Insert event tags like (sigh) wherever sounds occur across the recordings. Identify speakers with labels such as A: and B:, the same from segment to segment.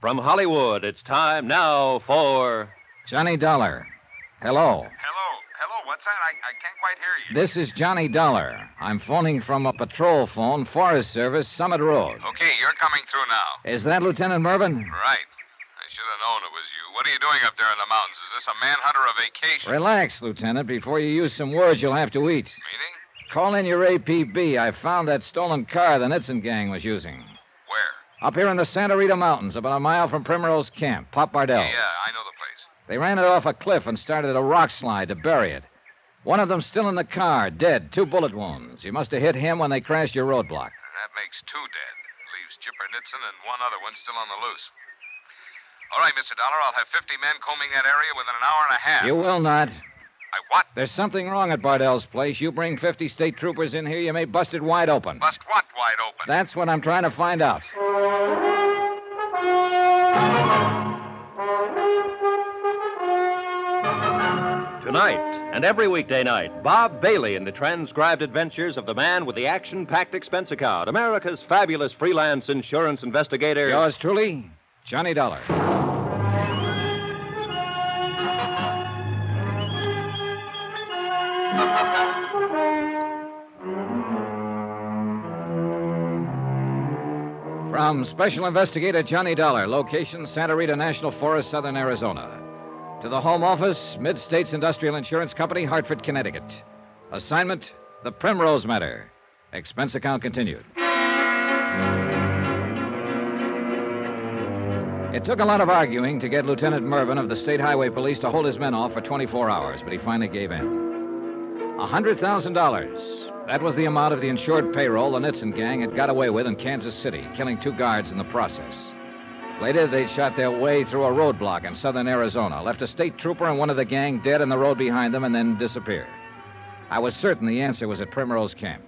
A: From Hollywood, it's time now for.
B: Johnny Dollar. Hello.
C: Hello, hello, what's that? I, I can't quite hear you.
B: This is Johnny Dollar. I'm phoning from a patrol phone, Forest Service, Summit Road.
C: Okay, you're coming through now.
B: Is that Lieutenant Mervin?
C: Right. I should have known it was you. What are you doing up there in the mountains? Is this a manhunt or a vacation
B: Relax, Lieutenant. Before you use some words you'll have to eat.
C: meeting?
B: Call in your APB. I found that stolen car the Nitson gang was using.
C: Where?
B: Up here in the Santa Rita Mountains, about a mile from Primrose Camp, Pop Bardell.
C: Yeah, I know the place.
B: They ran it off a cliff and started a rock slide to bury it. One of them still in the car, dead, two bullet wounds. You must have hit him when they crashed your roadblock.
C: That makes two dead. Leaves Chipper Nitson and one other one still on the loose. All right, Mr. Dollar, I'll have 50 men combing that area within an hour and a half.
B: You will not.
C: I what?
B: There's something wrong at Bardell's place. You bring 50 state troopers in here, you may bust it wide open.
C: Bust what wide open?
B: That's what I'm trying to find out.
A: Tonight and every weekday night, Bob Bailey in the transcribed adventures of the man with the action packed expense account, America's fabulous freelance insurance investigator.
B: Yours truly, Johnny Dollar. From Special Investigator Johnny Dollar, location Santa Rita National Forest, Southern Arizona. To the Home Office, Mid States Industrial Insurance Company, Hartford, Connecticut. Assignment The Primrose Matter. Expense account continued. It took a lot of arguing to get Lieutenant Mervin of the State Highway Police to hold his men off for 24 hours, but he finally gave in. $100,000. That was the amount of the insured payroll the Nitson gang had got away with in Kansas City, killing two guards in the process. Later, they shot their way through a roadblock in southern Arizona, left a state trooper and one of the gang dead in the road behind them, and then disappeared. I was certain the answer was at Primrose Camp.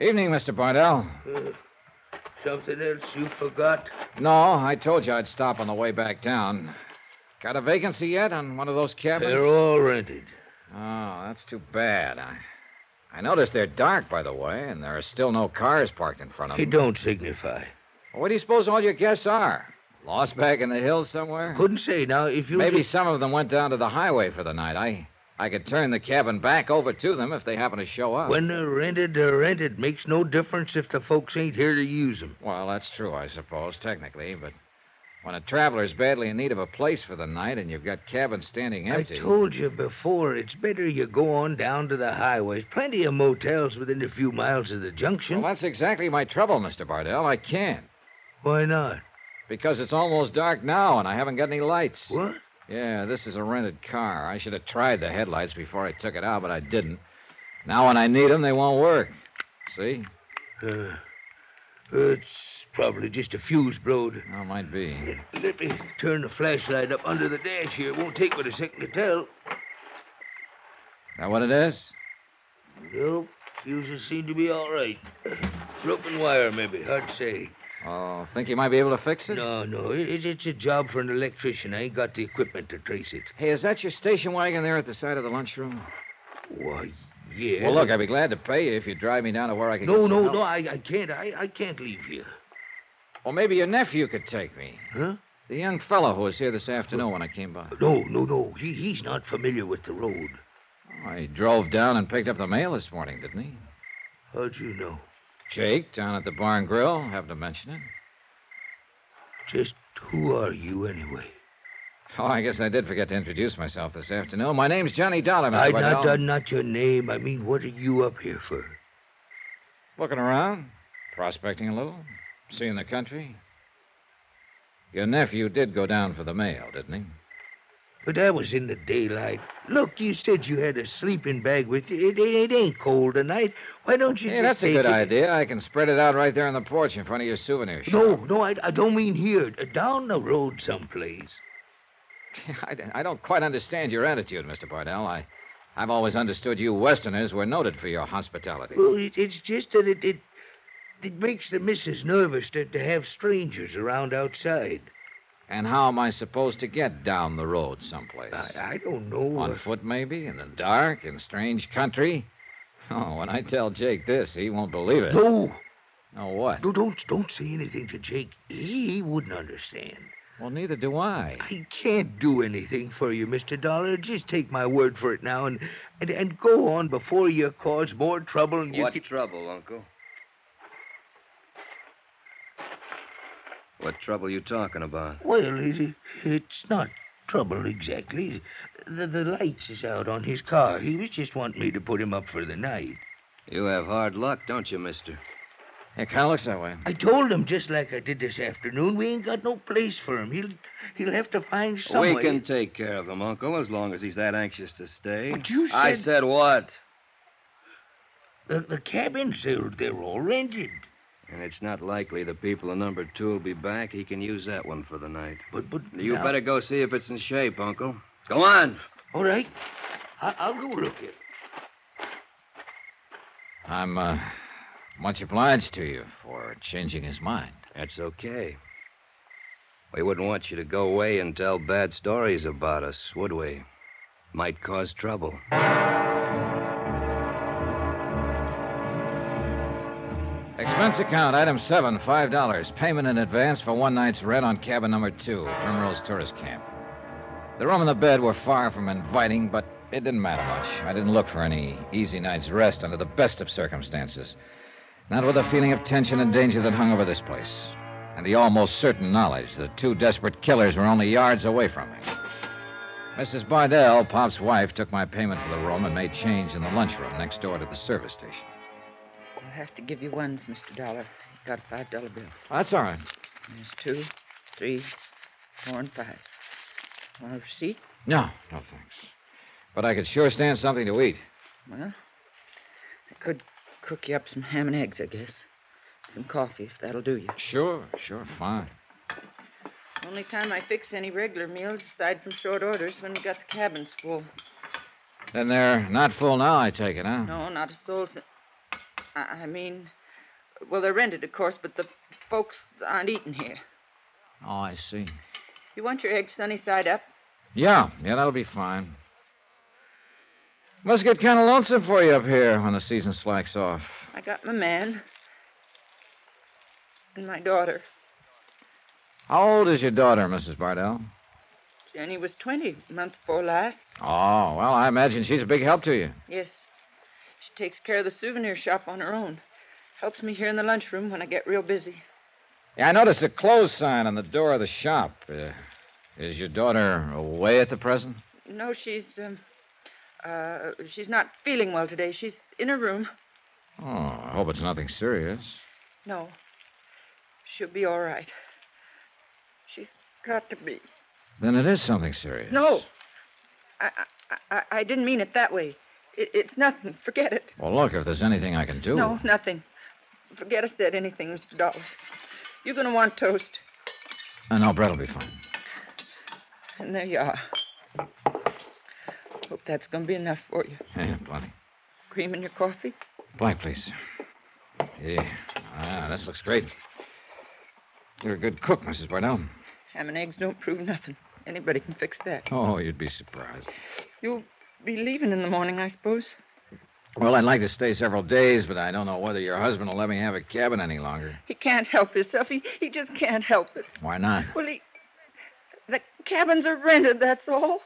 B: Evening, Mr. Bardell.
D: Something else you forgot?
B: No, I told you I'd stop on the way back down. Got a vacancy yet on one of those cabins?
D: They're all rented.
B: Oh, that's too bad. I, I noticed they're dark, by the way, and there are still no cars parked in front of
D: It
B: them.
D: don't signify.
B: What do you suppose all your guests are? Lost back in the hills somewhere?
D: Couldn't say now if you.
B: Maybe some of them went down to the highway for the night. I, I could turn the cabin back over to them if they happen to show up.
D: When they're rented, they're rented. Makes no difference if the folks ain't here to use 'em.
B: Well, that's true, I suppose, technically, but when a traveler's badly in need of a place for the night and you've got cabins standing empty.
D: I told you before, it's better you go on down to the highways. Plenty of motels within a few miles of the junction.
B: Well, that's exactly my trouble, Mr. Bardell. I can't.
D: Why not?
B: Because it's almost dark now and I haven't got any lights.
D: What?
B: Yeah, this is a rented car. I should have tried the headlights before I took it out, but I didn't. Now, when I need them, they won't work. See?
D: Uh, it's probably just a fuse blowed.
B: Oh, might be.
D: Let me turn the flashlight up under the dash here. It won't take but a second to tell.
B: That what it is?
D: Nope. Fuses seem to be all right. Broken wire, maybe. Hard to say.
B: Oh, think you might be able to fix it?
D: No, no. It, it- it's a job for an electrician. I ain't got the equipment to trace it.
B: Hey, is that your station wagon there at the side of the lunchroom?
D: Why, yeah.
B: Well, look, I'd be glad to pay you if you drive me down to where I can.
D: No,
B: get some
D: no,
B: help.
D: no. I, I can't. I, I can't leave here.
B: Well, maybe your nephew could take me.
D: Huh?
B: The young fellow who was here this afternoon when I came by.
D: No, no, no. He, he's not familiar with the road.
B: Why, he drove down and picked up the mail this morning, didn't he?
D: How'd you know?
B: Jake, down at the Barn Grill, happened to mention it.
D: Just who are you anyway?
B: Oh, I guess I did forget to introduce myself this afternoon. My name's Johnny Dollar, Mr.
D: I
B: Waddell.
D: not, uh, not your name. I mean, what are you up here for?
B: Looking around, prospecting a little, seeing the country. Your nephew did go down for the mail, didn't he?
D: But that was in the daylight. Look, you said you had a sleeping bag with you. It, it, it ain't cold tonight. Why don't you?
B: Hey,
D: just
B: that's a
D: take
B: good
D: it?
B: idea. I can spread it out right there on the porch in front of your souvenir shop.
D: No, no, I, I don't mean here. Uh, Down the road someplace.
B: (laughs) I, don't- I don't quite understand your attitude, Mr. Bardell. I, I've always understood you Westerners were noted for your hospitality.
D: Well, it, it's just that it, it it makes the missus nervous to, to have strangers around outside.
B: And how am I supposed to get down the road someplace?
D: I don't know.
B: On
D: uh,
B: foot, maybe? In the dark? In strange country? Oh, when I tell Jake this, he won't believe it.
D: No,
B: No, what?
D: Oh, no, don't don't say anything to Jake. He, he wouldn't understand.
B: Well, neither do I.
D: I can't do anything for you, Mr. Dollar. Just take my word for it now and and, and go on before you cause more trouble and you
E: What
D: get...
E: trouble, Uncle? What trouble you talking about?
D: Well, it, it's not trouble exactly. The, the lights is out on his car. He was just wanting me to put him up for the night.
E: You have hard luck, don't you, mister?
B: It kind of looks that way.
D: I told him just like I did this afternoon. We ain't got no place for him. He'll he'll have to find some
E: we
D: way.
E: can take care of him, Uncle, as long as he's that anxious to stay.
D: But you
E: I
D: said-
E: said what?
D: The, the cabins they're they're all rented.
E: And it's not likely the people in number two will be back. He can use that one for the night.
D: But but
E: You
D: now-
E: better go see if it's in shape, Uncle. Go on.
D: All right. I, I'll go look at. it.
B: I'm uh, much obliged to you for changing his mind.
E: That's okay. We wouldn't want you to go away and tell bad stories about us, would we? Might cause trouble.
B: Expense account, item seven, five dollars. Payment in advance for one night's rent on cabin number two, Primrose Tourist Camp. The room and the bed were far from inviting, but it didn't matter much. I didn't look for any easy night's rest under the best of circumstances. Not with the feeling of tension and danger that hung over this place, and the almost certain knowledge that two desperate killers were only yards away from me. Mrs. Bardell, Pop's wife, took my payment for the room and made change in the lunchroom next door to the service station.
F: I'll have to give you ones, Mr. Dollar. You got a five dollar bill.
B: That's all right.
F: There's two, three, four, and five. Want a receipt?
B: No, no thanks. But I could sure stand something to eat.
F: Well, I could cook you up some ham and eggs, I guess. Some coffee, if that'll do you.
B: Sure, sure, fine.
F: Only time I fix any regular meals, aside from short orders, when we got the cabins full.
B: Then they're not full now, I take it, huh?
F: No, not a soul. sin- I I mean, well, they're rented, of course, but the folks aren't eating here.
B: Oh, I see.
F: You want your eggs sunny side up?
B: Yeah, yeah, that'll be fine. Must get kind of lonesome for you up here when the season slacks off.
F: I got my man and my daughter.
B: How old is your daughter, Mrs. Bardell?
F: Jenny was 20, month before last.
B: Oh, well, I imagine she's a big help to you.
F: Yes. She takes care of the souvenir shop on her own. Helps me here in the lunchroom when I get real busy.
B: Yeah, I noticed a closed sign on the door of the shop. Uh, is your daughter away at the present?
F: No, she's, um, uh, she's not feeling well today. She's in her room.
B: Oh, I hope it's nothing serious.
F: No. She'll be all right. She's got to be.
B: Then it is something serious.
F: No. I, I, I, I didn't mean it that way. It, it's nothing. Forget it.
B: Well, look, if there's anything I can do.
F: No, nothing. Forget I said anything, Mr. Dollar. You're going to want toast.
B: Uh, no, bread'll be fine. (laughs)
F: And there you are. Hope that's going to be enough for you.
B: Yeah, plenty.
F: Cream in your coffee?
B: Black, please. Yeah. Ah, this looks great. You're a good cook, Mrs. Barnell.
F: Ham and eggs don't prove nothing. Anybody can fix that.
B: Oh, you'd be surprised.
F: You'll be leaving in the morning, I suppose.
B: Well, I'd like to stay several days, but I don't know whether your husband will let me have a cabin any longer.
F: He can't help himself. He, he just can't help it.
B: Why not?
F: Well, he. The cabins are rented, that's all.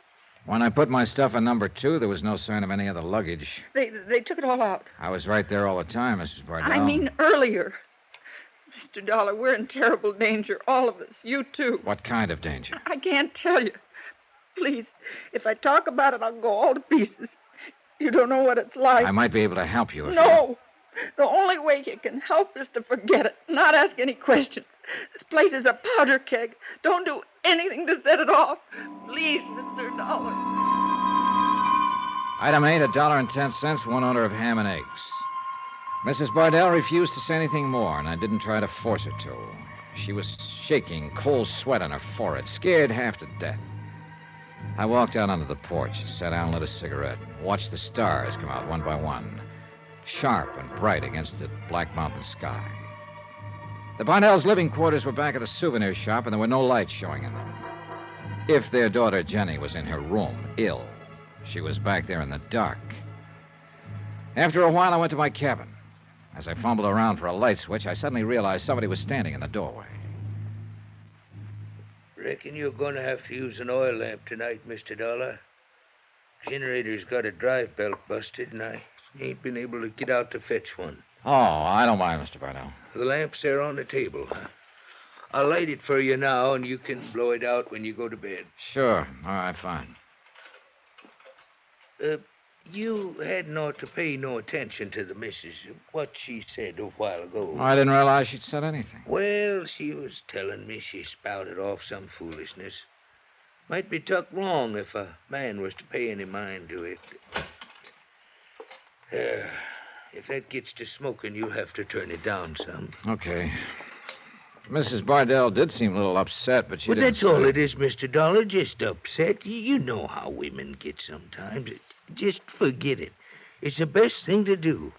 B: When I put my stuff in number two, there was no sign of any other luggage.
F: They they took it all out.
B: I was right there all the time, Mrs. Bardell.
F: I mean earlier. Mr. Dollar, we're in terrible danger, all of us. You too.
B: What kind of danger?
F: I can't tell you. Please, if I talk about it, I'll go all to pieces. You don't know what it's like.
B: I might be able to help you. If You...
F: No. The only way you can help is to forget it, not ask any questions. This place is a powder keg. Don't do anything to set it off. Please, Mr. Dollar.
B: Item eight, a dollar and ten cents, one order of ham and eggs. Mrs. Bardell refused to say anything more, and I didn't try to force her to. She was shaking, cold sweat on her forehead, scared half to death. I walked out onto the porch, sat down, lit a cigarette, watched the stars come out one by one, sharp and bright against the black mountain sky. The Barnells' living quarters were back at a souvenir shop, and there were no lights showing in them. If their daughter Jenny was in her room, ill, she was back there in the dark. After a while, I went to my cabin. As I fumbled around for a light switch, I suddenly realized somebody was standing in the doorway.
D: Reckon you're gonna have to use an oil lamp tonight, Mr. Dollar. Generator's got a drive belt busted, and I ain't been able to get out to fetch one.
B: Oh, I don't mind, Mr. Barnell.
D: The lamp's there on the table. I'll light it for you now, and you can blow it out when you go to bed.
B: Sure. All right, fine.
D: Uh, you had not to pay no attention to the missus, what she said a while ago.
B: I didn't realize she'd said anything.
D: Well, she was telling me she spouted off some foolishness. Might be tuck wrong if a man was to pay any mind to it. Uh, if that gets to smoking, you'll have to turn it down some.
B: Okay. Mrs. Bardell did seem a little upset, but she
D: well,
B: didn't.
D: that's all it is, Mr. Dollar. Just upset. You- You know how women get sometimes. Just forget it. It's the best thing to do.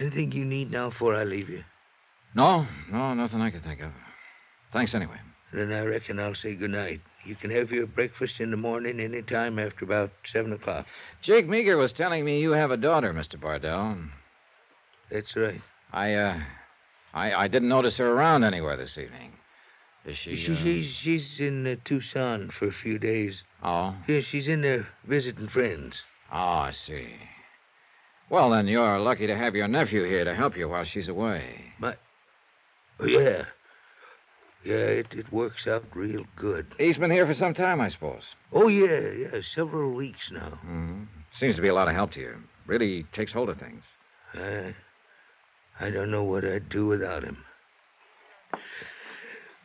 D: Anything you need now before I leave you?
B: No, no, nothing I could think of. Thanks anyway.
D: Then I reckon I'll say goodnight. You can have your breakfast in the morning any time after about 7 o'clock.
B: Jake Meager was telling me you have a daughter, Mr. Bardell.
D: That's right.
B: I, uh, I, I didn't notice her around anywhere this evening. Is she?
D: She,
B: uh,
D: she's, she's in uh, Tucson for a few days.
B: Oh.
D: Yeah, she's in there visiting friends.
B: Oh, I see. Well, then you're lucky to have your nephew here to help you while she's away.
D: My. Oh, yeah. Yeah, it, it works out real good.
B: He's been here for some time, I suppose.
D: Oh, yeah, yeah, several weeks now.
B: Mm-hmm. Seems to be a lot of help to you. Really takes hold of things.
D: I, I don't know what I'd do without him.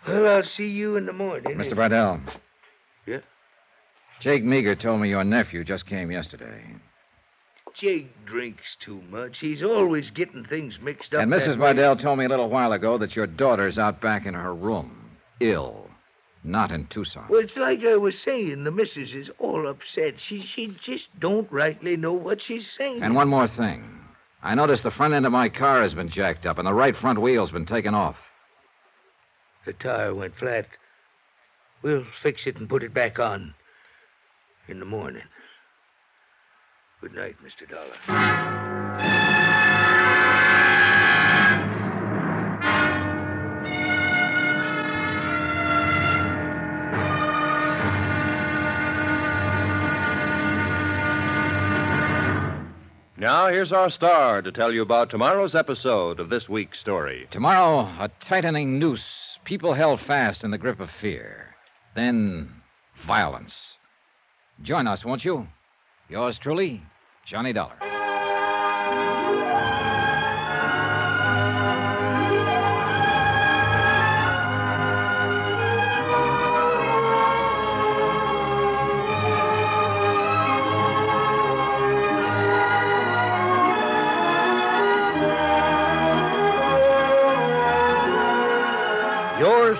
D: Well, I'll see you in the morning.
B: Mr. Bardell.
D: Yeah?
B: Jake Meager told me your nephew just came yesterday.
D: Jake drinks too much. He's always getting things mixed up.
B: And
D: that
B: Mrs.
D: way.
B: Bardell told me a little while ago that your daughter's out back in her room, ill, not in Tucson.
D: Well, it's like I was saying, the missus is all upset. She she just don't rightly know what she's saying.
B: And one more thing. I noticed the front end of my car has been jacked up and the right front wheel's been taken off.
D: The tire went flat. We'll fix it and put it back on in the morning. Good night, Mr. Dollar.
A: Now, here's our star to tell you about tomorrow's episode of this week's story.
B: Tomorrow, a tightening noose, people held fast in the grip of fear. Then, violence. Join us, won't you? Yours truly, Johnny Dollar.
A: Yours